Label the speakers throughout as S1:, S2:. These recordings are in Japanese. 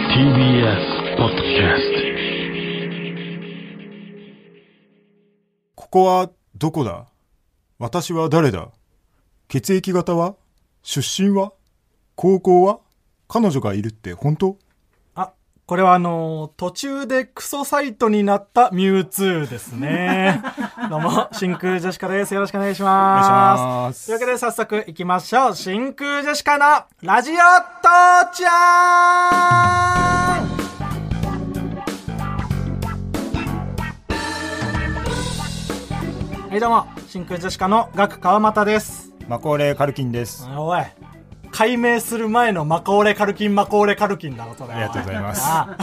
S1: TBS ポッドキャス
S2: ここはどこだ私は誰だ血液型は出身は高校は彼女がいるって本当
S3: あ、これはあのー途中でクソサイトになったミュウツーで すね。どうも、真空ジェシカです。よろしくお願いします。
S2: お願いします
S3: というわけで早速行きましょう。真空ジェシカのラジオ父ちゃんはい、どうも、真空ジェシカのガク川又です。
S2: マコーレ・カルキンです。
S3: おい、解明する前のマコーレカルキンマコーレカルキンだろ、それ。
S2: ありがとうございます。
S3: あ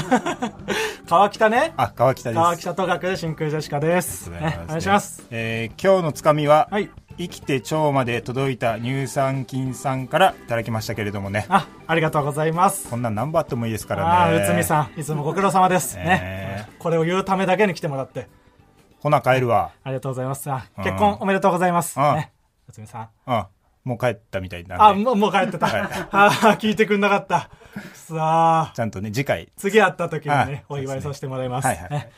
S3: 川北ね。
S2: あ、川北です。
S3: 川北と学で真空ジェシカです。
S2: ありが
S3: ね
S2: とうござ
S3: お願いします。。
S2: えー今日のつかみは、
S3: はい
S2: 生きて腸まで届いた乳酸菌さんからいただきましたけれどもね。
S3: あ、ありがとうございます。
S2: こんなん何番あってもいいですからね。
S3: ああ、内海さん、いつもご苦労様です。
S2: ね
S3: ね。これを言うためだけに来てもらって、
S2: ほな帰るわ。
S3: ありがとうございます。あ
S2: うん
S3: 結婚おめでとうございます。
S2: うん
S3: ね。内海さん。
S2: うん。もう帰ったみたいなんで。
S3: あ、もう、もう帰ってた。
S2: はい
S3: ああ、聞いてくんなかった。さあ、
S2: ちゃんとね、次回。
S3: 次会った時にね、
S2: はい
S3: お祝いさせてもらいます。
S2: はいはいはい
S3: ね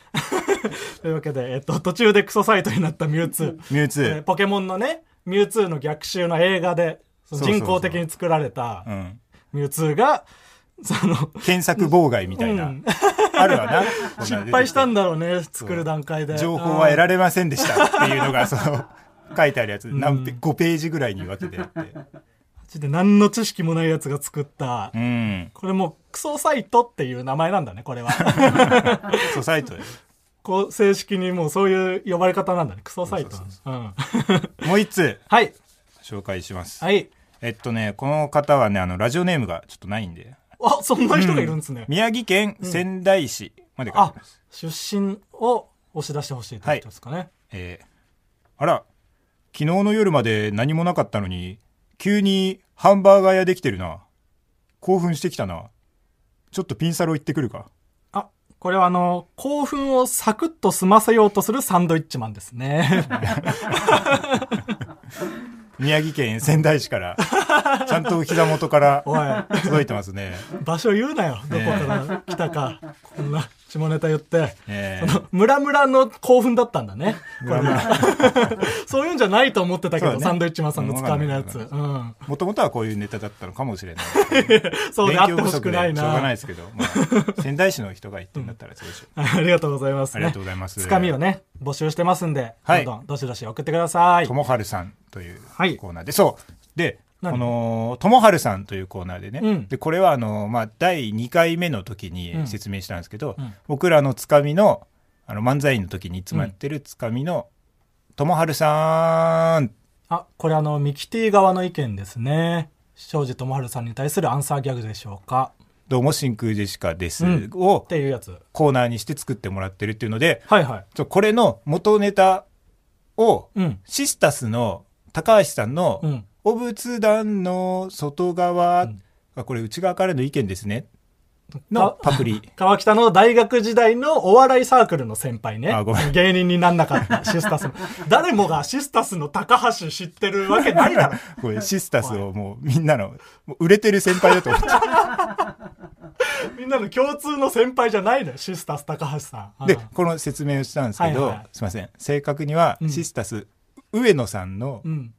S3: というわけで、えっと、途中でクソサイトになったミュウツー。
S2: ミュウツ
S3: えー
S2: ー。
S3: ポケモンのね、ミュウツーの逆襲の映画で、そ
S2: そう
S3: の
S2: そうそう
S3: 人工的に作られた
S2: うん。
S3: ミュウツーが、その、
S2: 検索妨害みたいな。
S3: うん
S2: あるわな。こんなの出てきて
S3: 失敗したんだろうね、作る段階で。
S2: 情報は得ら
S3: れ
S2: れませんでしたっていうのが、その、書いてあるやつ、何ペ、5ページぐらいに分けてあって。
S3: で何の知識もないやつが作った
S2: う。ん。
S3: これもうクソサイトっていう名前なんだね、これは。
S2: ソサイトで。
S3: こう、正式にもうそういう呼ばれ方なんだね、クソサイト。
S2: そうそう
S3: うん。
S2: もう一つ、
S3: はい。
S2: 紹介します。
S3: はい。
S2: えっとね、この方はね、あの、ラジオネームがちょっとないんで、
S3: あ、そんな人がいるんですね。
S2: 宮城県仙台市まで書い
S3: あ
S2: てます。、
S3: 出身を押し出してほしいってことですかね。
S2: えーあら、昨日の夜まで何もなかったのに、急にハンバーガー屋できてるな。興奮してきたな。ちょっとピンサロ行ってくるか。
S3: あ、これはあの、興奮をサクッと済ませようとするサンドイッチマンで すね。
S2: 宮城県仙台市 から、ちゃんとお膝元から
S3: おい、
S2: 届いてますね。
S3: 場所言うなよ。どこから来たか。こんな下ネタ言って。
S2: え
S3: その、ムラムラの興奮だったんだね。
S2: ー、これは
S3: そういうんじゃないと思ってたけ
S2: そ
S3: ど、
S2: うね
S3: サンドイッチマンさんのつかみのやつ。うん。
S2: もともとはこういうネタだったのかもしれない。
S3: そうであって
S2: 勉強
S3: ほ
S2: 不
S3: し
S2: 足
S3: く
S2: で
S3: ない
S2: しょうがない
S3: な。
S2: ですけど、まあ、仙台市の人が言ってんだったらそうでしょう。
S3: ありがとうございます、ね。
S2: ありがとうございます
S3: つかみをね、募集してますんで、
S2: はい
S3: どんどんどしどし送ってください
S2: と。もはるさんというコ
S3: はい
S2: ーナーで、そうで
S3: 何
S2: このともはるさんというコーナーでね、
S3: うん
S2: でこれはあの、まあ、第2回目の時に説明したんですけど、
S3: うん
S2: 僕らのつかみのあの漫才の時にいつもやってるつかみの「ともはるさーん
S3: あ、これあの、ミキティ側の意見ですね。庄司智春さんに対するアンサーギャグでしょうか。
S2: どうも真空ジェシカです」
S3: うんっ
S2: を
S3: ていうやつ。
S2: コーナーにして作ってもらってるっていうので
S3: はいはい。
S2: ちょこれの元ネタを
S3: うん。
S2: シスタスの高橋さんの
S3: うん。
S2: 「お仏壇の外側」
S3: うん
S2: あこれ内側からの意見ですね
S3: の
S2: の、パク リ。
S3: 川北の大学時代のお笑いサークルの先輩ね
S2: あごめ。
S3: 芸人になんなかった、シスタスの。誰もがシスタスの高橋知ってるわけないだ ろ。
S2: これシスタスをもうみんなの、もう売れてる先輩だと思って。
S3: みんなの共通の先輩じゃないのよ、シスタス高橋さん。
S2: で
S3: あ、
S2: この説明をしたんですけど、
S3: はいはいはい
S2: すいません。正確には
S3: う、ん
S2: シスタス、上野さんの
S3: うん。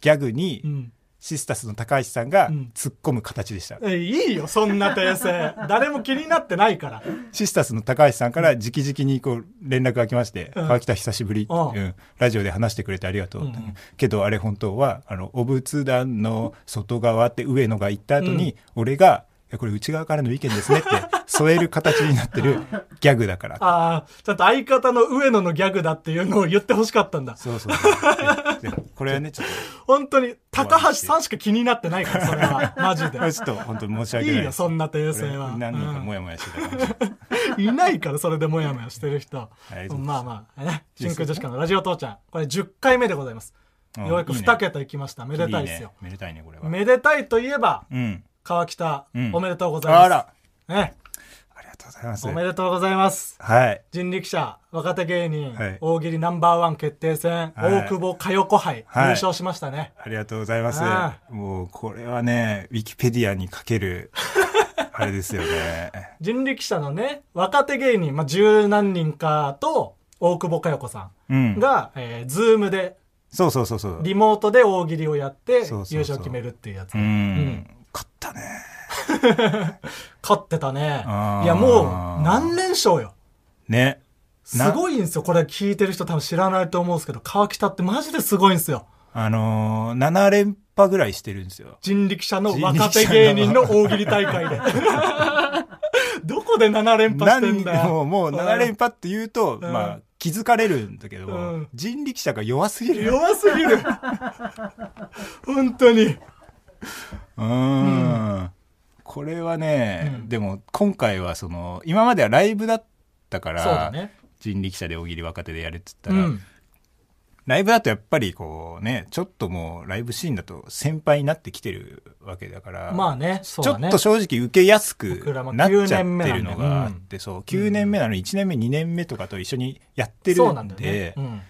S2: ギャグに、
S3: うん。
S2: シスタスの高橋さんが
S3: うん
S2: 突っ込む形でした。
S3: えいいよ、そんな訂正。 誰も気になってないから。
S2: シスタスの高橋さんから直々にこう連絡が来まして、
S3: うん
S2: 川北久しぶり、
S3: うん
S2: うんラジオで話してくれてありがとう。
S3: うんうん
S2: けどあれ本当は、あの、お仏壇の外側って上野が言った後に、俺が、いやこれ内側からの意見ですね って添える形になってるギャグだから。
S3: ああ、ちゃんと相方の上野のギャグだっていうのを言ってほしかったんだ。
S2: そうそうそう。でこれはね、ちょっ
S3: 本当に、高橋さんしか気になってないから、そ れは。マジで
S2: と、こ。れちょっと本当に申し訳
S3: い
S2: ない
S3: いよ、そんな訂正は。
S2: 何人か
S3: うん
S2: もやもやしてたかもしれない。
S3: いないから、それでもやもやしてる人
S2: りがとう。ござい
S3: まあまあ、ね、真空女子科のラジオ父ちゃん、これ10回目でございます。
S2: うん
S3: ようやく2桁いきました。めでたいですよ。
S2: ね。めでたいね、これは。
S3: めでたいといえば、
S2: うん。
S3: 川北、
S2: うん
S3: おめでとうございます。
S2: あら、
S3: ね、
S2: ありがとうございます。
S3: おめでとうございます。
S2: はい。
S3: 人力車、若手芸人、
S2: はい
S3: 大喜利ナンバーワン決定戦、
S2: はい
S3: 大久保佳代子杯、
S2: はい
S3: 優勝しましたね。
S2: ありがとうございます
S3: あ。
S2: もう、これはね、ウィキペディアにかけるあれですよね。
S3: 人力車のね、若手芸人、まあ、十何人かと、大久保佳代子さ
S2: うんん。
S3: が、えーズームで、
S2: そうそうそうそう。
S3: リモートで大喜利をやって、
S2: そうそうそう
S3: 優勝決めるっていうやつ。
S2: う
S3: うん
S2: ん。勝ったね。
S3: 勝ってたね
S2: あ。ー
S3: いや、もう、何連勝よ。
S2: ね。
S3: す
S2: な
S3: ごいんですよ。これ聞いてる人多分知らないと思うんですけど、川北ってマジですごいんですよ。
S2: あのー、7連覇ぐらいしてるんですよ。
S3: 人力車の
S2: 人力車の
S3: 若手芸人の大喜利大会で。 どこで7連覇して
S2: 何
S3: んだ
S2: も
S3: よ。
S2: うもう7連覇って言うと、
S3: うん
S2: まあ気づかれるんだけども、
S3: うん
S2: 人力車が弱すぎるよ。
S3: 弱すぎる。本当に。
S2: うーん。これはね、
S3: うん
S2: でも今回はその、今まではライブだったか
S3: そうだ
S2: ら、
S3: ね。
S2: 人力車で大喜利若手でやれって
S3: う
S2: 言ったら、
S3: ん。
S2: ライブだとやっぱりこうね、ちょっともうライブシーンだと先輩になってきてるわけだから、
S3: まあね、そう
S2: ちょ
S3: だ
S2: っ
S3: ね。
S2: と正直受けやすく
S3: 僕らも
S2: なっちゃって
S3: 9年目なんで
S2: るのがあって、そう、9年目なのに1年目、2年目とかと一緒にやってる
S3: そうなん
S2: ん
S3: だよ
S2: で
S3: ね。、うん。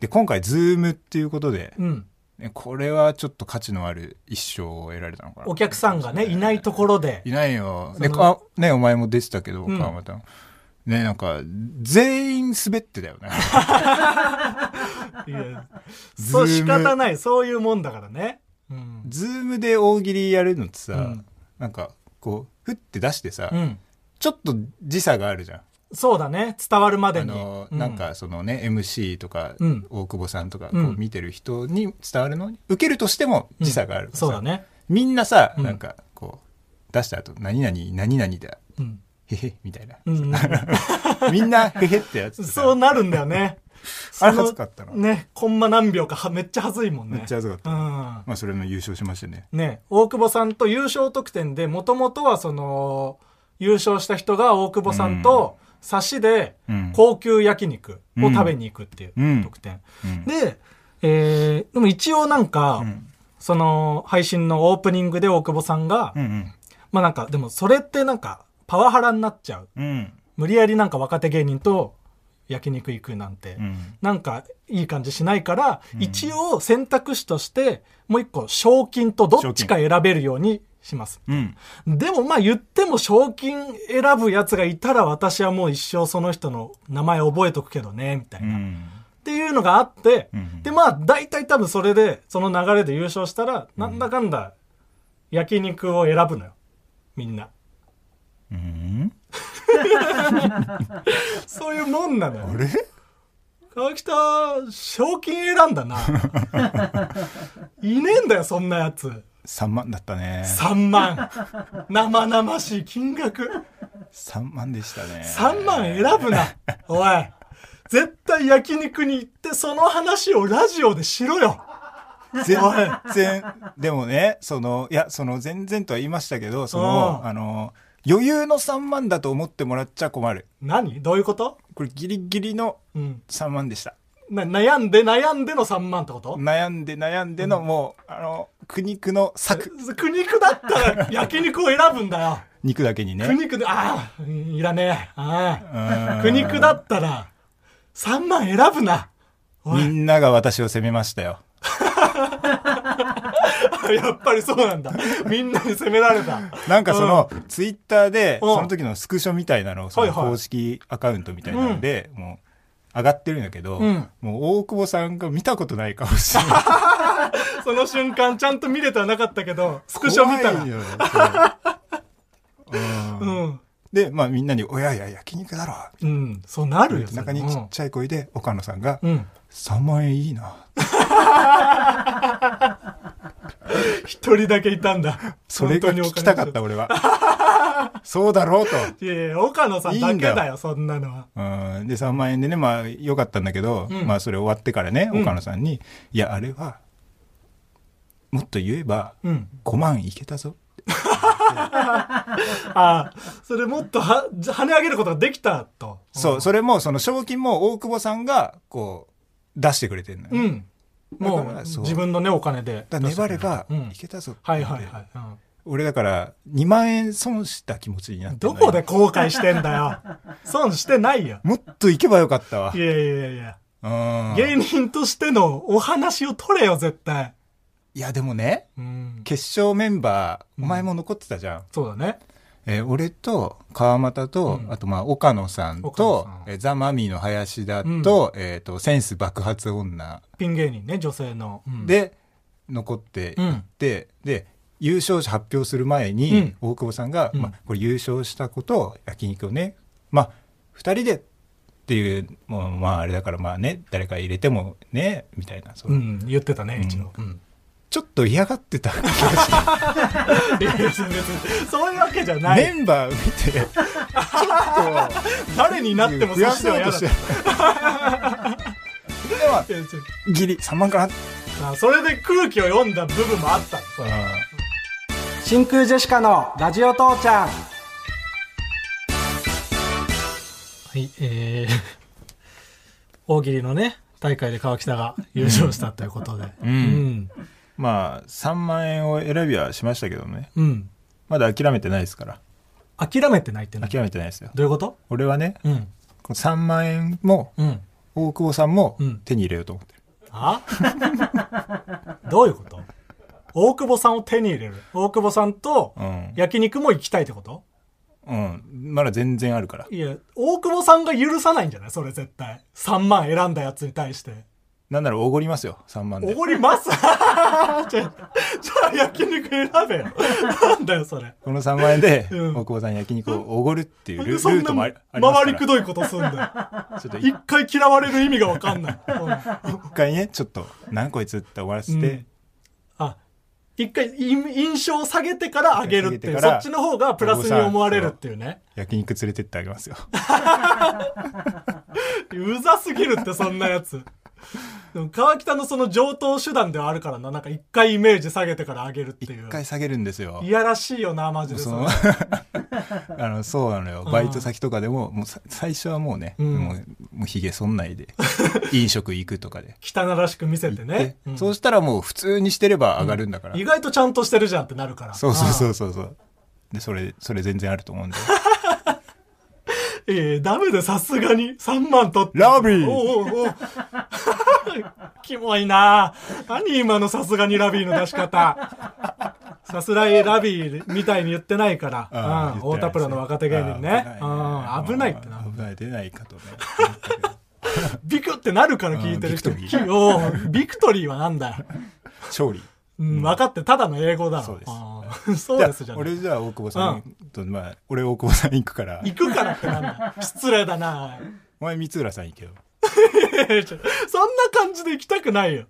S2: で、今回ズームっていうことで、
S3: うん。
S2: ねこれはちょっと価値のある一生を得られたのかな。
S3: お客さんがね、いないところで
S2: い。ないよ。
S3: そ
S2: で、
S3: の
S2: あ、ね、お前も出てたけど、
S3: うん
S2: 川又も。ね、なんか、全員滑ってたよね。
S3: いやそう、
S2: ズー
S3: 仕
S2: ム
S3: 方ない。そういうもんだからね。うん。
S2: ズームで大喜利やるのってさ、
S3: うん
S2: なんか、こう、ふって出してさ、
S3: うん。
S2: ちょっと時差があるじゃん。
S3: そうだね。伝わるまで
S2: あ
S3: に。
S2: の、
S3: う
S2: なん、かそのね MC とか、
S3: うん
S2: 大久保さんとかこ
S3: うん
S2: う見てる人に伝わるのに受けるとしても時差があるからさ、
S3: そうだね。
S2: みんなさ、
S3: うん
S2: なんかこう出した後何々何々だ
S3: うん。
S2: へへみた いな
S3: うん うん
S2: みんなへへってやつ
S3: うん。
S2: さ
S3: そうなるんだよね。
S2: あれ恥ずかったな
S3: そのね、コンマ何秒かはめっちゃ恥ずいもんね。
S2: めっちゃ恥ずかった、
S3: うん。
S2: まあそれも優勝しましてね
S3: ね、大久保さんと優勝得点で、もともとはその、優勝した人が大久保さんと、差しで
S2: うん
S3: 高級焼肉を食べに行くって
S2: う
S3: いうん得点。
S2: うん
S3: で、えー、でも一応なんか、
S2: うん
S3: その配信のオープニングで大久保さんが、
S2: うん
S3: まあなんかでもそれってなんかパワハラになっちゃう。
S2: うんうん
S3: 無理やりなんか若手芸人と焼肉行くなんて、
S2: うん
S3: なんかいい感じしないから、一応選択肢としてもう一個賞金とどっちか選べるようにします。
S2: うん
S3: でもまあ言っても賞金選ぶやつがいたら私はもう一生その人の名前覚えとくけどね、みたいうな。っ
S2: ん
S3: ていうのがあって、
S2: うん
S3: でまあ大体多分それでその流れで優勝したらなんだかんだ焼肉を選ぶのよみんな
S2: うん
S3: そういうもんなのよ
S2: あれ
S3: 川北賞金選んだないねえんだよそんなやつ
S2: 3万だったね
S3: 3万生々しい金額
S2: 3万でしたね
S3: 3万選ぶなおい絶対焼肉に行ってその話をラジオでしろよ
S2: 全然、でもね、その、いや、その、全然とは言いましたけど、その、
S3: うん
S2: あの、余裕の3万だと思ってもらっちゃ困る。
S3: 何どういうこと
S2: これ、ギリギリの
S3: うん
S2: 3万でした。
S3: な悩んで悩んでの3万ってこと
S2: 悩んで悩んでの、もう、あの、苦肉の策。
S3: 苦肉だったら焼肉を選ぶんだよ。
S2: 肉だけに
S3: 苦
S2: ね。
S3: 肉で、ああ、いらねえ。あ
S2: う
S3: あ
S2: ん
S3: 苦肉だったら、3万選ぶな。お
S2: み
S3: い、
S2: んなが私を責めましたよ。
S3: やっぱりそうなんだ。みんなに責められた。
S2: なんかその、ツイッターで、
S3: うん
S2: その時のスクショみたいなのを、そ
S3: は
S2: の
S3: いはい
S2: 公式アカウントみたいなので、もう、上がってるんだけど、
S3: うん
S2: もう大久保さんが見たことない顔してる。
S3: その瞬間、ちゃんと見れてはなかったけど、スクショ見たら
S2: 怖い。よそう
S3: う
S2: うん
S3: ん。
S2: で、まあみんなに、おやいや焼肉だろ。
S3: うん。そうなるよ。
S2: 中にちっちゃい声で岡野さんが
S3: う、ん。うん
S2: 3万円いいな。
S3: 一人だけいたんだ。
S2: それが
S3: 本当にお金持
S2: 聞
S3: ち
S2: きたかった 俺は。そうだろうと。
S3: いやいや、岡野さんだけ
S2: いいん
S3: だ
S2: だ
S3: よ、そんなのは。
S2: うん、で3万円でねまあよかったんだけど、
S3: うん
S2: まあそれ終わってからね
S3: うん
S2: 岡野さんに「いやあれはもっと言えば
S3: うん。
S2: 5万いけたぞ
S3: ああ、それもっとは、跳ね上げることができたと。」
S2: そうそれもその賞金も大久保さんがこう出してくれてるのよ、
S3: うん。も
S2: だか
S3: う、
S2: らそう
S3: 自分のね、お金で。
S2: だから粘れば
S3: うん
S2: いけたぞって
S3: はいはいはい。うん
S2: 俺だから2万円損した気持ちになって
S3: どこで後悔してんだよ。損してないよ。
S2: もっと行けばよかったわ
S3: い。やいやいやいや。
S2: うん
S3: 芸人としてのお話を取れよ、絶対。
S2: いやでもね、
S3: うん。
S2: 決勝メンバー、
S3: うん
S2: お前も残ってたじゃん。
S3: そうだね。
S2: えー俺と川又と、
S3: うん
S2: あとまあ岡野さん
S3: 岡野
S2: と
S3: さん
S2: えーザ・マミーの林田と,、えー、とセンス爆発女
S3: ピン芸人ね、女性の。うん、
S2: で残っていって、で優勝者発表する前に、大久保さんが、
S3: うん
S2: まあ、これ優勝したことを焼肉をねまあ2人でっていうもうまああれだからまあね誰か入れてもねみたいなそう、
S3: うん、言ってたね、一応。うん
S2: ちょっと嫌がってた
S3: 別に別にそういうわけじゃ ない。
S2: メンバー見てちょっと
S3: 誰になっても
S2: 増
S3: そ
S2: や
S3: うして
S2: そ
S3: は
S2: う
S3: 嫌
S2: と
S3: だ
S2: し
S3: ってた。
S2: るではギリ3万かな
S3: あそれで空気を読んだ部分もあったの真空ジェシカのラジオ父ちゃんはいえー、大喜利のね大会で川北が優勝したということでうん
S2: まあ3万円を選びはしましたけどね
S3: うん、うん
S2: まだ諦めてないですから
S3: 諦めてないってなど
S2: 諦めてないですよ
S3: ういうこと
S2: 俺はね
S3: うん
S2: この3万円も
S3: うん
S2: 大久保さんも
S3: うん
S2: 手に入れようと思ってる、
S3: あ どういうこと大久保さんを手に入れる大久保さんと
S2: うん
S3: 焼肉も行きたいってこと
S2: うん、まだ全然あるから
S3: いや、大久保さんが許さないんじゃないそれ絶対。3万選んだやつに対して。
S2: なんならおごりますよ3万
S3: お
S2: で
S3: ごります じゃあ、じゃあ焼肉選べよ。なんだよ、それ。
S2: この3万円で
S3: うん
S2: 大久保さんに焼肉をおごるっていう
S3: なん
S2: ル,、
S3: でそん
S2: ート
S3: な
S2: もありありますから
S3: 回りくどいことすんだよ。
S2: ちょっと
S3: 一
S2: 一
S3: 回嫌われる意味がわかんない。うん
S2: 回ねちょっと何こいつって終わらせて、
S3: うんあ、一回い印象を下げてから上げるってい
S2: 下げて
S3: う。
S2: か
S3: そ
S2: ら
S3: っちの方がプラスに思われるっていうね。
S2: 焼肉連れてってあげますよ
S3: うざすぎるって、そんなやつ。でも川北のその上等手段ではあるからな。なんか一回イメージ下げてから上げるっていう
S2: 一。回下げるんですよ
S3: いやらしいよな、マジで。
S2: そ
S3: そ
S2: の
S3: れ
S2: あのそうなのよバイト先とかでももうさ最初はもうね、
S3: うん
S2: もうもうひげそん ないで飲食行くとかで
S3: 汚らしく見せてね
S2: で。
S3: うん
S2: そうしたらもう普通にしてれば上がるんだから、
S3: 意外とちゃんとしてるじゃんってなるから。
S2: そうそうそうそうそうでそれそれ全然あると 思うんで
S3: ああ。いやいやダメだよ、さすがに。3万取って。
S2: ラビー
S3: おうおうおう キモいな何今のさすがにラビーの出し方。さすらいラビーみたいに言ってないから。うん。太田プロの若手芸人ね。うん。危ないってな。
S2: 危ない出ないか とね
S3: ビクってなるから聞いてる人。
S2: うんビクトリ
S3: おうビクトリーはなんだよ。
S2: 勝利
S3: うん、分かって、ただの英語だ。
S2: そうです
S3: あーそうですじゃん。
S2: 俺じゃあ大久保さんと、まあ俺大久保さん行くから
S3: 行くからってなんだ。失礼だな。
S2: お前光浦さん行けよ
S3: いやいやちょ そんな感じで行きたくないよ。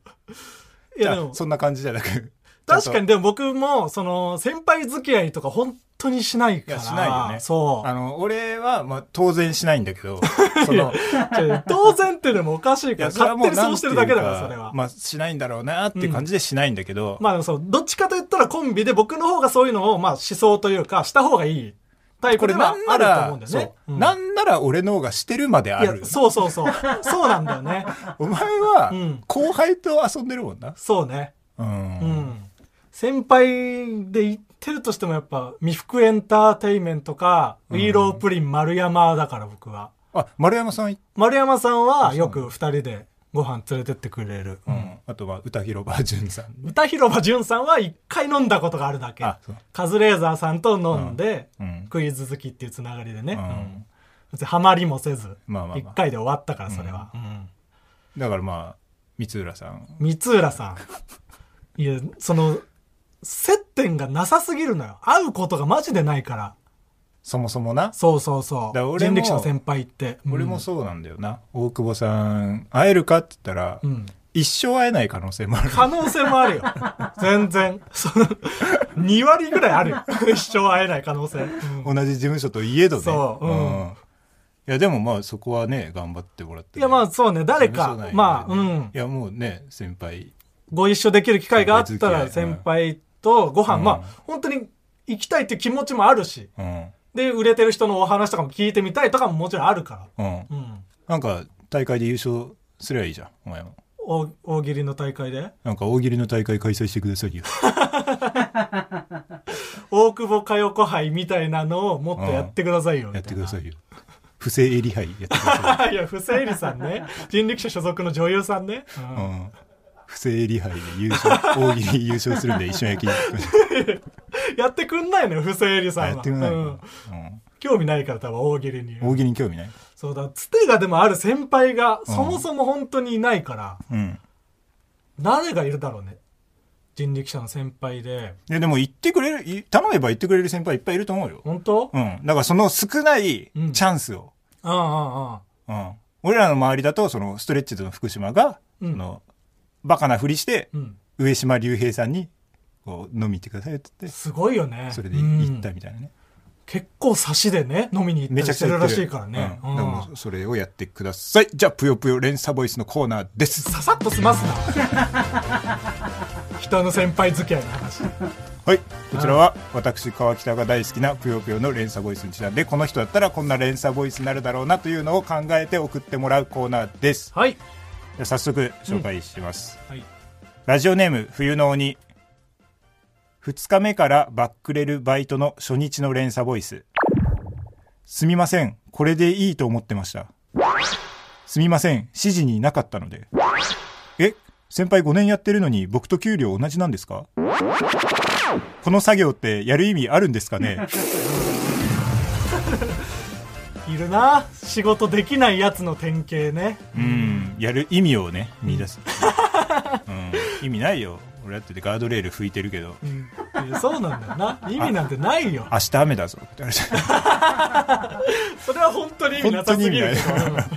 S3: いやで
S2: あ
S3: も、
S2: そんな感じじゃなく
S3: 確かに
S2: に
S3: でも僕も、その、先輩付き合いとか本当にしない
S2: い
S3: から。
S2: やしないよね
S3: そう
S2: あ。の俺は、まあ、当然しないんだけ どその
S3: ちょ当然ってでもおかしい
S2: い
S3: から、
S2: やそれは
S3: 勝
S2: も
S3: 手
S2: う
S3: にそうしてるだけだから、
S2: なん
S3: そ
S2: てい
S3: れ
S2: う
S3: は。
S2: まあしないんだろうなっていう感じでしないんだけど、
S3: まあでもそう、どっちかと言ったらコンビで僕の方がそういうのを、まあ思想というか、した方がいいタイ
S2: こ
S3: プで
S2: れ
S3: は
S2: なん
S3: あ
S2: な
S3: ると思
S2: ら
S3: うん、だよ
S2: そ
S3: ね。
S2: う、
S3: うん
S2: なんなら俺の方がしてるまであ
S3: いや
S2: る。
S3: そうそうそう。そうなんだよね。
S2: お前
S3: う
S2: は
S3: ん、
S2: 後輩と遊んでるもんな。
S3: そうね。
S2: う。
S3: うんん先輩で言ってるとしてもやっぱ、未服エンターテイメントか、ウィーロープリン丸山だから僕は。
S2: あ、丸山さん、
S3: 丸山さんはよく二人でご飯連れてってくれる。
S2: うん。あとは歌広場淳さん。
S3: 歌広場淳さんは一回飲んだことがあるだけ
S2: あそう。
S3: カズレーザーさんと飲んで、
S2: うん。
S3: クイズ好きっていうつながりでね。
S2: うん
S3: うん別にハマりもせず、
S2: まあまあまあ
S3: 一回で終わったからそれは。うん
S2: だからまあ、光浦さん。
S3: 光 浦さん。いや、その、接点がなさすぎるのよ。会うことがマジでないから。
S2: そもそもな。
S3: そうそうそ
S2: だから
S3: う。
S2: 俺
S3: 人
S2: も
S3: 力車の先輩って。うん
S2: 俺もそうなんだよな。大久保さん、会えるかって言ったら
S3: う、ん。
S2: 一生会えない可能性もある。
S3: 可能性もあるよ。全然。その、2割ぐらいある よ。一生会えない可能性。うん
S2: 同じ事務所といえどね。
S3: そううん
S2: ん。いや、でもまあ、そこはね、頑張ってもらって。
S3: いや、まあ、そうね。誰
S2: 事務所内
S3: か
S2: で、ね
S3: まあ、うん
S2: い。や、もうね、先輩。
S3: ご一緒できる機会があったら、先
S2: 先
S3: 輩とご飯、
S2: うん
S3: まあ、本当に行きたいっていう気持ちもあるし。
S2: うん。
S3: で、売れてる人のお話とかも聞いてみたいとかももちろんあるか
S2: うん。
S3: ら。うん。
S2: なんか大会で優勝すりゃいいじゃんお前も
S3: 大大喜利の大会で
S2: なんか大喜利の大会開催してくださいよ
S3: 大久保佳代子杯みたいなのをもっとやってくださいよ
S2: やってくださ
S3: い
S2: いよ不正エリ杯やってくださ
S3: いや不正理さんね人力車所属の女優さんね、う
S2: いよ、うんん、不正エリ杯で優勝大喜利優勝するんで一緒に焼き肉
S3: やってくんないのよ、不正理さんは。
S2: やってくれないか
S3: う
S2: ら、
S3: ん興味ないから多分大喜利に。
S2: うん大喜利に興味ない
S3: そうだ、つてがでもある先輩がそもそも本当にいないから、
S2: うん
S3: 誰がいるだろうね。人力車の先輩で。
S2: いやでも言ってくれるい頼めば言ってくれる先輩いっぱいいると思うよ
S3: 本当、
S2: うんだからその少ないチ
S3: うん
S2: ャンスを、
S3: うん、うんうん。
S2: うん俺らの周りだとそのストレッチーズの福島が、
S3: うん
S2: そのバカなふりして、
S3: うん。
S2: 上島竜兵さんにこう飲み行ってくださいって言って
S3: すごいよね。
S2: それで行った
S3: うん
S2: みたいなね、
S3: 結構差しでね、飲みに行った
S2: め
S3: り
S2: ちゃ
S3: し
S2: くちゃ
S3: て
S2: 言
S3: る
S2: って
S3: ら
S2: る
S3: しいからね。
S2: う
S3: うんん
S2: だからもうそれをやってくださいじゃあ「ぷよぷよ連鎖ボイス」のコーナーです
S3: ささっと済ますな。 人の先輩付き合いの話。
S2: はいこちらは私川北が大好きな「ぷよぷよ」の連鎖ボイスにちなんでこの人だったらこんな連鎖ボイスになるだろうなというのを考えて送ってもらうコーナーです
S3: はい。
S2: では早速紹介します、
S3: はい。
S2: ラジオネーム冬の鬼2日目からバックレるバイトの初日の連鎖ボイスすみませんこれでいいと思ってましたすみません指示になかったのでえ先輩5年やってるのに僕と給料同じなんですかこの作業ってやる意味あるんですかね
S3: いるな。仕事できないやつの典型ね。
S2: うんやる意味をね見出す、うん、意味ないよ俺だってガードレール拭いてるけど
S3: うん。いやそうなんだよな。意味なんてないよ。
S2: 明日雨だぞって言われて
S3: それは本当に意味なさすぎるけど
S2: 本当に意味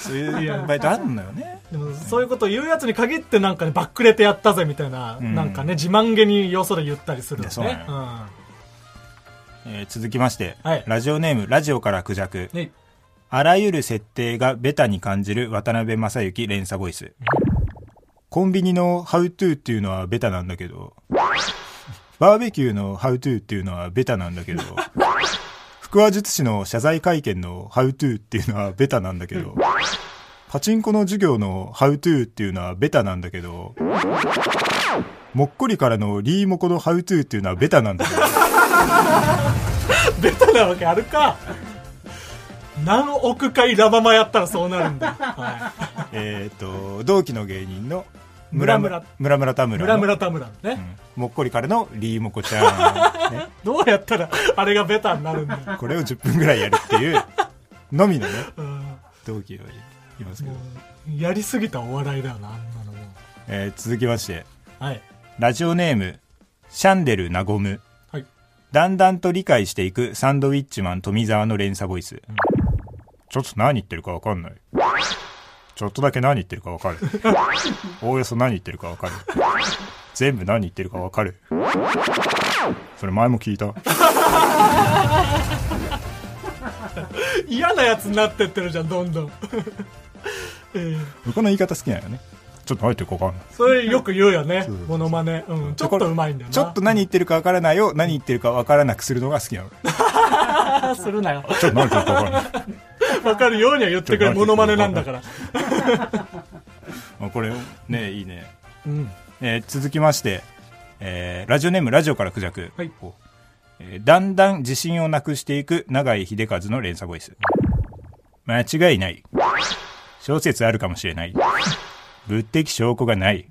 S2: そういうバイトあるんだよね。
S3: でもそういうことを言うやつに限ってなんかねバックレてやったぜみたいな、
S2: ん
S3: なんかね自慢げによそで言ったりす
S2: い
S3: るの
S2: やそうな
S3: ね
S2: のえー続きまして、
S3: はい
S2: ラジオネームラジオからクジャク
S3: うん。ね
S2: あらゆる設定がベタに感じる渡辺正行連鎖ボイス。コンビニのハウトゥーっていうのはベタなんだけ ど、バーベキューのハウトゥーっていうのはベタなんだけど、腹話術師の謝罪会見のハウトゥーっていうのはベタなんだけど、パチンコの授業のハウトゥーっていうのはベタなんだけど、もっこりからのリーモコのハウトゥーっていうのはベタなんだけど、
S3: ベタなわけあるか何億回ラバマやったらそうなるんだよ、は
S2: えっと同期の芸人の
S3: 村
S2: 村
S3: 村
S2: 村村田
S3: い、
S2: 村の
S3: 村村田村の
S2: う
S3: ね、
S2: んもっこりからのリーモコち ゃん、ね、
S3: どうやったらあれがベタになるんだよ、
S2: これを10分ぐらいやるっていうのみのね
S3: うん
S2: 同期はいますけど
S3: も、うやりすぎたお笑いだよなあんなのも
S2: えー続きまして
S3: うはい
S2: ラジオネームシャンデルなごむ
S3: はい
S2: だんだんと理解していくサンドウィッチマン富澤の連鎖ボイス、ちょっと何言ってるか分かんないちょっとだけ何言ってるか分かるおおよそ何言ってるか分かる全部何言ってるか分かるそれ前も聞いた
S3: 嫌なやつになってってるじゃんどんどん、えー
S2: 僕の言い方好きなのねちょっと何言ってるか分かんない
S3: それよく言うよね
S2: そうそうそう
S3: モノマネ、うん、ちょっとうまいんだよな
S2: ちょっと何言ってるか分からないを何言ってるか分からなくするのが好きなのちょ
S3: あするなよ
S2: っと何言ってるか分から ない
S3: わかるようには言ってくれモノマネなんだから
S2: あこれねいいね
S3: うん
S2: えー続きまして、えーラジオネームラジオからクジャク、
S3: はい
S2: こうえーだんだん自信をなくしていく永井秀和の連鎖ボイス間違いない小説あるかもしれない物的証拠がない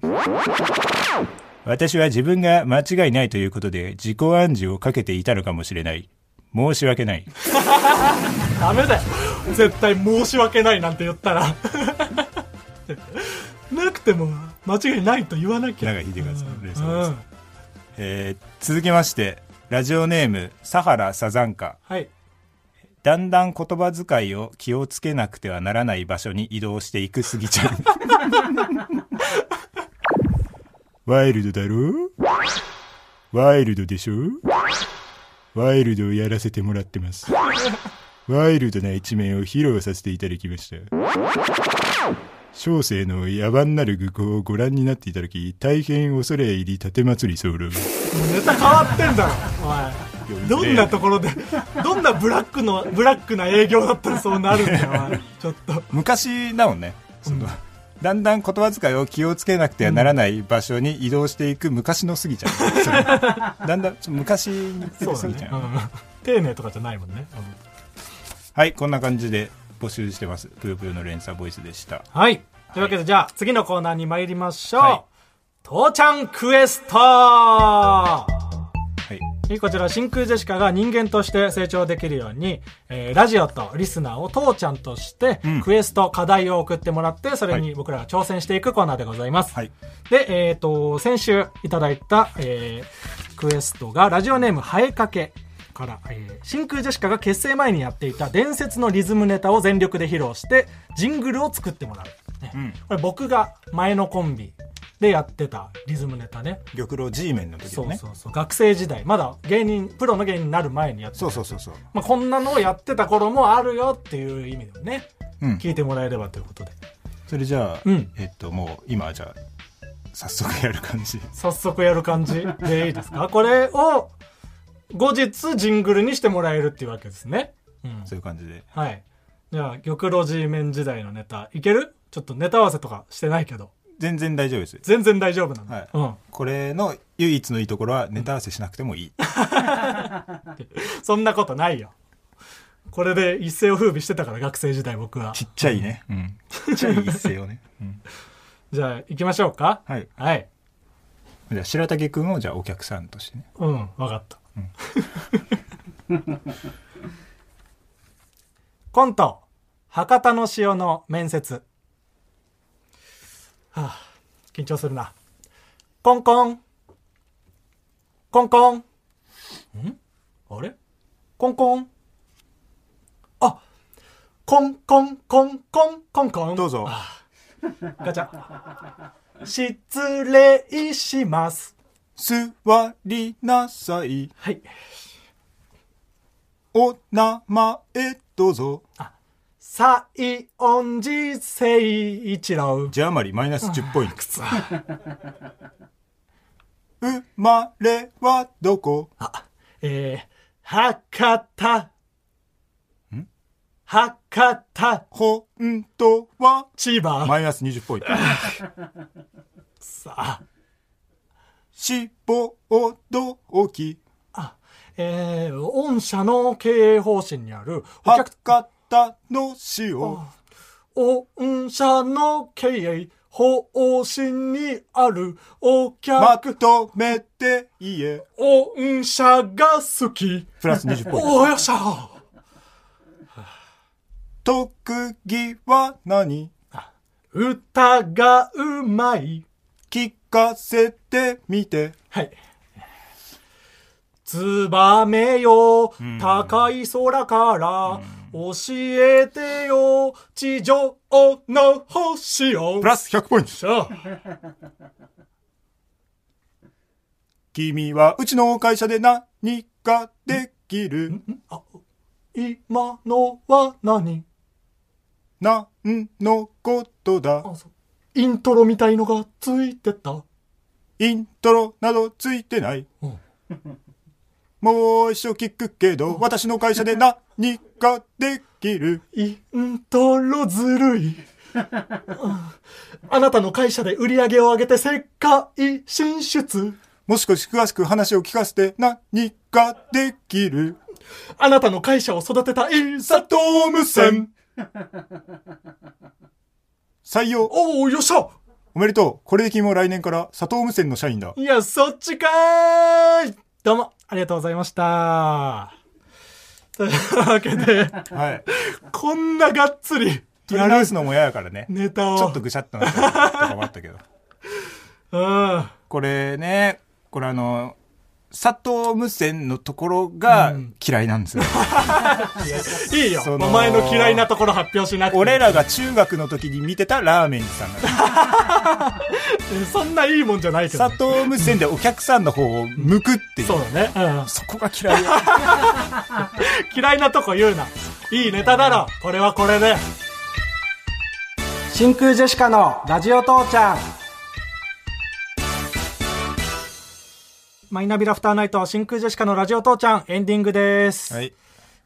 S2: 私は自分が間違いないということで自己暗示をかけていたのかもしれない申し訳ない
S3: ダメだよ絶対申し訳ないなんて言ったら なくても間違いないと言わなきゃ
S2: 永井秀和さん連
S3: う
S2: 鎖ボイス、
S3: ん
S2: えー続きましてラジオネームサハラサザンカ
S3: はい
S2: だんだん言葉遣いを気をつけなくてはならない場所に移動していくスギちゃん。 ワイルドだろワイルドでしょワイルドをやらせてもらってます。ワイルドな一面を披露させていただきました。小生の野蛮なる愚行をご覧になっていただき、大変恐れ入り立て祭り候。
S3: ネタ変わってんだろおいどんなところでどんなブラックのブラックな営業だったらそうなるんだよおいちょっと
S2: 昔だもんねその、だんだん言葉遣いを気をつけなくてはならない場所に移動していく昔のスギちゃん、それだんだんちょ昔に来てるス
S3: そう
S2: ギ
S3: だ
S2: ちゃ
S3: ね
S2: ん、、
S3: うん、丁寧とかじゃないもんね、うん
S2: はいこんな感じで募集してますぷよぷよの連鎖ボイスでした
S3: はいというわけでじゃあ次のコーナーに参りましょう、
S2: はい
S3: 父ちゃんクエスト
S2: はい
S3: えこちら真空ジェシカが人間として成長できるように、えーラジオとリスナーを父ちゃんとして、
S2: うん
S3: クエスト課題を送ってもらってそれ
S2: は
S3: に
S2: い
S3: 僕らが挑戦していくコーナーでございます、
S2: はい。
S3: でえっ、と先週いただいた、えークエストがラジオネームハエかけから、えー真空ジェシカが結成前にやっていた伝説のリズムネタを全力で披露してジングルを作ってもらう、ね
S2: うん
S3: これ僕が前のコンビでやってたリズムネタね
S2: 玉露 G メンの時
S3: そ
S2: の
S3: う
S2: ね。
S3: そうそう学生時代まだ芸人プロの芸人になる前にやってた
S2: そうそうそうそう。
S3: まあ、こんなのをやってた頃もあるよっていう意味でもね
S2: うん。
S3: 聞いてもらえればということで
S2: それじゃあ、
S3: うん
S2: えっと、もう今、じゃあ、早速やる感じ。
S3: 早速やる感じでいいですか これを後日ジングルにしてもらえるっていうわけですね、うん、
S2: そういう感じで。
S3: はいじゃあ玉露寺面時代のネタいけるちょっとネタ合わせとかしてないけど
S2: 全然大丈夫です。
S3: 全然大丈夫なんで、
S2: はい
S3: うん
S2: これの唯一のいいところはネタ合わせしなくてもいい。
S3: そんなことないよ。これで一世を風靡してたから学生時代僕は。
S2: ちっちゃいね。うん。ちっちゃい一世をね。うん
S3: じゃあ行きましょうか。
S2: はい。
S3: はい。
S2: じゃあ、白竹くんをじゃあお客さんとしてね。
S3: うん、わかった。コント、博多の塩の面接。はあ、緊張するな。コンコン。コンコン。んあれコンコン。あ、コンコンコンコンコンコン。
S2: どうぞ。
S3: ガチャ。失礼します。
S2: 座りなさい。
S3: はい。
S2: お名前どうぞ。
S3: 西恩寺誠一郎。
S2: 字余りマイナス10ポイント。
S3: くそ
S2: 生まれはどこ
S3: えー、博多。博多、
S2: 本当は
S3: 千葉。
S2: マイナス20ポイント。
S3: さあ、
S2: 死亡動機。
S3: えー、御社の経営方針にある、お客
S2: 博、多の塩。
S3: 御社の経営方針にある、
S2: ま
S3: お客、
S2: とめて言え。
S3: 御社が好き。
S2: プラス20ポイント。
S3: おーよっしゃ
S2: 特技は何
S3: 歌がうまい。
S2: 聞かせてみて。
S3: はい。ツバメよ、高い空から、教えてよ、地上の星を。
S2: プラス100ポイント。
S3: さあ
S2: 君はうちの会社で何ができる
S3: 今のは何
S2: 何のことだ
S3: あそうイントロみたいのがついてた。
S2: イントロなどついてない。
S3: うん
S2: もう一度聞くけど、私の会社で何ができる
S3: イントロずるい。あなたの会社で売り上げを上げて世界進出。
S2: もしくし詳しく話を聞かせて何ができる
S3: あなたの会社を育てたい
S2: 佐
S3: さ。
S2: 藤無線採用
S3: おお、よっしゃ
S2: おめでとうこれで君も来年から佐藤無線の社員だ。
S3: いや、そっちかーいどうも、ありがとうございました。というわ けで、
S2: はい。
S3: こんながっつり
S2: 取り直すのも嫌やからね。
S3: ネタを。
S2: ちょっとぐしゃっとなったりとかもあったけど。
S3: うん。
S2: これね、これあの、佐藤無線のところが嫌いなんですよ。
S3: いいよ。
S2: その
S3: お前の嫌いなところ発表しなく て。
S2: 俺らが中学の時に見てたラーメンさんなんです
S3: そんないいもんじゃないけど
S2: 砂。糖無線でお客さんの方を向くっていう。
S3: そうだね。うん。
S2: そこが嫌い よ。
S3: 嫌いなとこ言うな。いいネタだろ。これはこれで。真空ジェシカのラジオ父ちゃん。マイナビラフターナイト真空ジェシカのラジオ父ちゃんエンディングです。
S2: はい。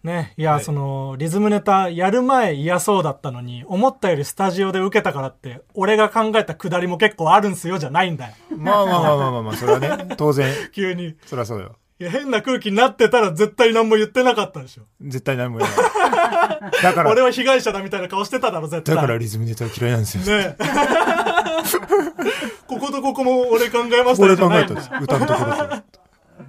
S3: ね、いや、そのリズムネタやる前嫌そうだったのに思ったよりスタジオで受けたからって俺が考えたくだりも結構あるんすよじゃないんだよ。
S2: まあまあまあまあまあまあ、それは ね、当然、
S3: 急に。
S2: そりゃそうだよ。
S3: いや変な空気になってたら絶対何も言ってなかったでしょ。
S2: 絶対何も言わ ない。だか
S3: 俺
S2: ら、
S3: は被害者だみたいな顔してただろ、絶対。
S2: だからリズムネタ嫌いなん ですよ。
S3: ねえこことここも俺考えましたよ
S2: 俺
S3: じゃ
S2: 考
S3: な
S2: え
S3: い
S2: た
S3: ん
S2: んで
S3: だ よ
S2: す。歌のところと。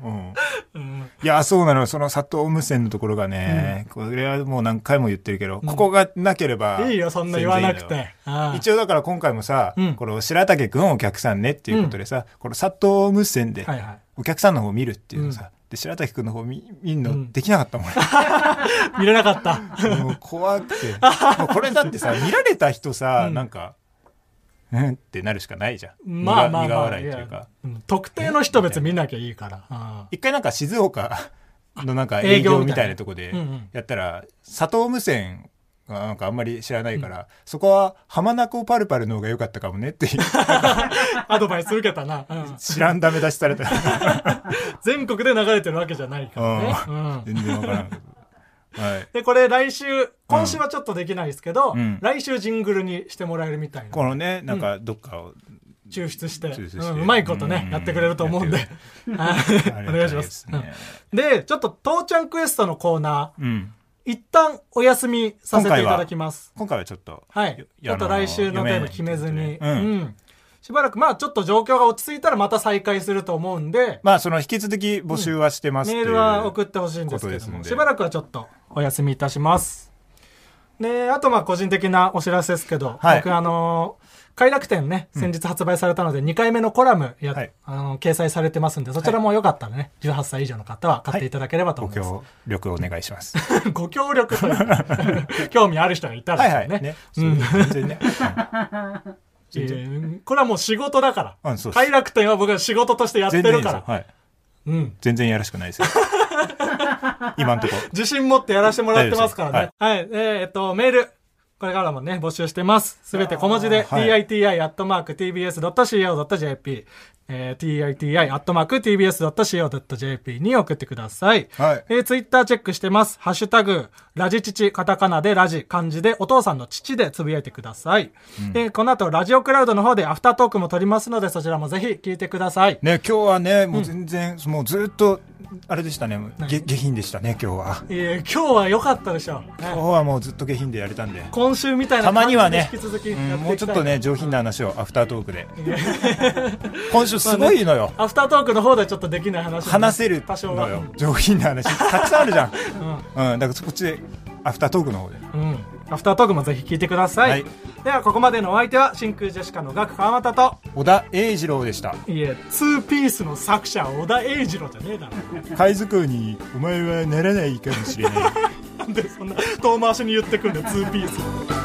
S2: うん
S3: うん
S2: いや、そうなのよ。その砂糖無線のところがね、これはもう何回も言ってるけど、ここがなければ。
S3: いいよそんな言わなく
S2: 全然いいのよ
S3: て。ああ
S2: 一応だから今回もさ、
S3: うん
S2: この白竹くんお客さんねっていうことでさ、この砂糖無線で
S3: はいはい
S2: お客さんの方見るっていうのさ、で白竹くんの方見見ん
S3: う
S2: の
S3: ん
S2: できなかったもん、
S3: 見れなかった。
S2: 俺 もう怖く て。もうこれだってさ、見られた人さ、
S3: うん
S2: なんか、うんってなるしかないじゃん。
S3: まあ
S2: 苦
S3: まあまあ。
S2: 苦笑いというか
S3: や。。ん特定の人別に見なきゃいいから。ああ
S2: 一回なんか静岡のなんか
S3: 営
S2: 営
S3: 業
S2: 業
S3: み
S2: み
S3: た
S2: た
S3: い
S2: い
S3: な
S2: なとこで
S3: うんうん
S2: やったら佐藤無線がなんかあんまり知らないから、そこは浜名湖パルパルの方が良かったかもねっていう
S3: アドバイス受けたな。 うん
S2: 知らんダメ出しされた
S3: 全国で流れてるわけじゃないからね。うん
S2: 全然わからんけどはい
S3: で、これ来週、今週はちょっとできないですけど
S2: うん、
S3: 来週ジングルにしてもらえるみたいな。
S2: このねなんかどっかを
S3: 抽出して、
S2: 抽出して
S3: うんうまいことね
S2: う、ん
S3: やってくれると思うんで
S2: やっ。
S3: はいお願いします。
S2: ありがたでね
S3: うんで、ちょっと、父ちゃんクエストのコーナ
S2: うん
S3: ー、一旦お休みさせていただきます。
S2: 今回はちょっと
S3: はい。ちょっと来週のテーマ決めずに。
S2: うん
S3: うんしばらく、まあちょっと状況が落ち着いたらまた再開すると思うんで、
S2: まあその引き続き募集はしてます
S3: メールは送
S2: っ
S3: ってほしいんですけど
S2: ことです
S3: も、
S2: んで
S3: しばらくはちょっとお休みいたします。で、あとまあ個人的なお知らせですけど、
S2: はい
S3: 僕あのー快楽天ね、先日発売されたので、2回目のコラムや、
S2: はい
S3: あのー掲載されてますんで、そちらもよかったらね、18歳以上の方は買っていただければと
S2: ご
S3: 思います。
S2: 協力お願いします
S3: ご協力というか 興味ある人がいたら
S2: はい
S3: で
S2: は
S3: すね
S2: いね
S3: うん
S2: 全然ね
S3: いやいやこれはもう仕事だから。
S2: うんそうです
S3: 快楽天は僕は仕事としてやって
S2: 全然いい
S3: る
S2: で
S3: か
S2: すよ
S3: ら。
S2: はい
S3: うん。
S2: 全然やらしくないです よ。今んとこ。
S3: 自信持ってやらせてもらってますからね。はい、えーえっと、メール。これからもね、募集してます。すべて小文字で、
S2: あーはい
S3: diti.tbs.co.jp、えー、titi.tbs.co.jp に送ってください。
S2: はい
S3: えー、ツイッターチェックしてます。ハッシュタグ、ラジチチ、カタカナでラジ、漢字でお父さんの父でつぶやいてください。で、この後、ラジオクラウドの方でアフタートークも撮りますので、そちらもぜひ聞いてください。
S2: ね、今日はね、もう全然、もうずっと、あれでしたね、げ下品でしたね、今日は。
S3: えー今日は良かったでしょう。
S2: 今
S3: ね
S2: 日はもうずっと下品でやれたんで。
S3: 今週みたい
S2: た
S3: な
S2: まには
S3: 感じで
S2: ね
S3: 引き続、き
S2: う
S3: やっていきたい、
S2: んもうちょっとね、上品な話をアフタートー クで。今週すごいのよ。
S3: アフタートークの方ではちょっとできない話もね
S2: 話せる
S3: 多少
S2: の
S3: は
S2: よ。上品な話、たくさんあるじゃん。うん、だからこっちで、アフタートークの方で。
S3: うんアフタートークもぜひ聞いてください、
S2: はい
S3: ではここまでのお相手は真空ジェシカのガク川又と
S2: 小田栄二郎でした。
S3: いえツーピースの作者小田栄二郎じゃねえだろ
S2: 海賊王に、お前はならないかもしれない。
S3: なんでそんな遠回しに言ってくんだよツーピース